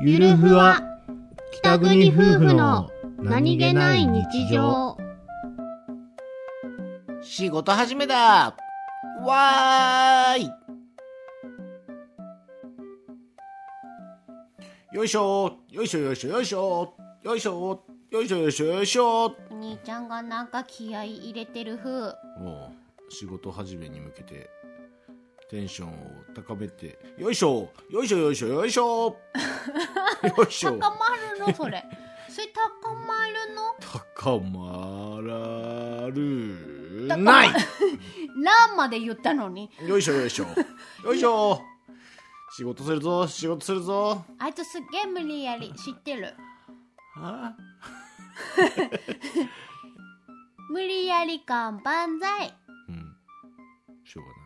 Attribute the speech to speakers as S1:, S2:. S1: ゆるふわ北国夫婦の
S2: 仕事始めだわーいよいしょよいしょよいしょよいしょよいしょよいしょよいしょよいしょ
S1: お兄ちゃんがなんか気合い入れてる風
S2: もう仕事始めに向けてテンションを高めてよいしょよいしょよいしょよいしょ よいし
S1: 高
S2: ょ
S1: まるのそれそれ高まるの
S2: 高まらるない
S1: ランまで言ったのに
S2: よいしょよいしょよいしょ仕事するぞ仕事するぞ
S1: あいつすっげえ無理やり知ってる
S2: は
S1: 無理やり感万歳
S2: うんしょうが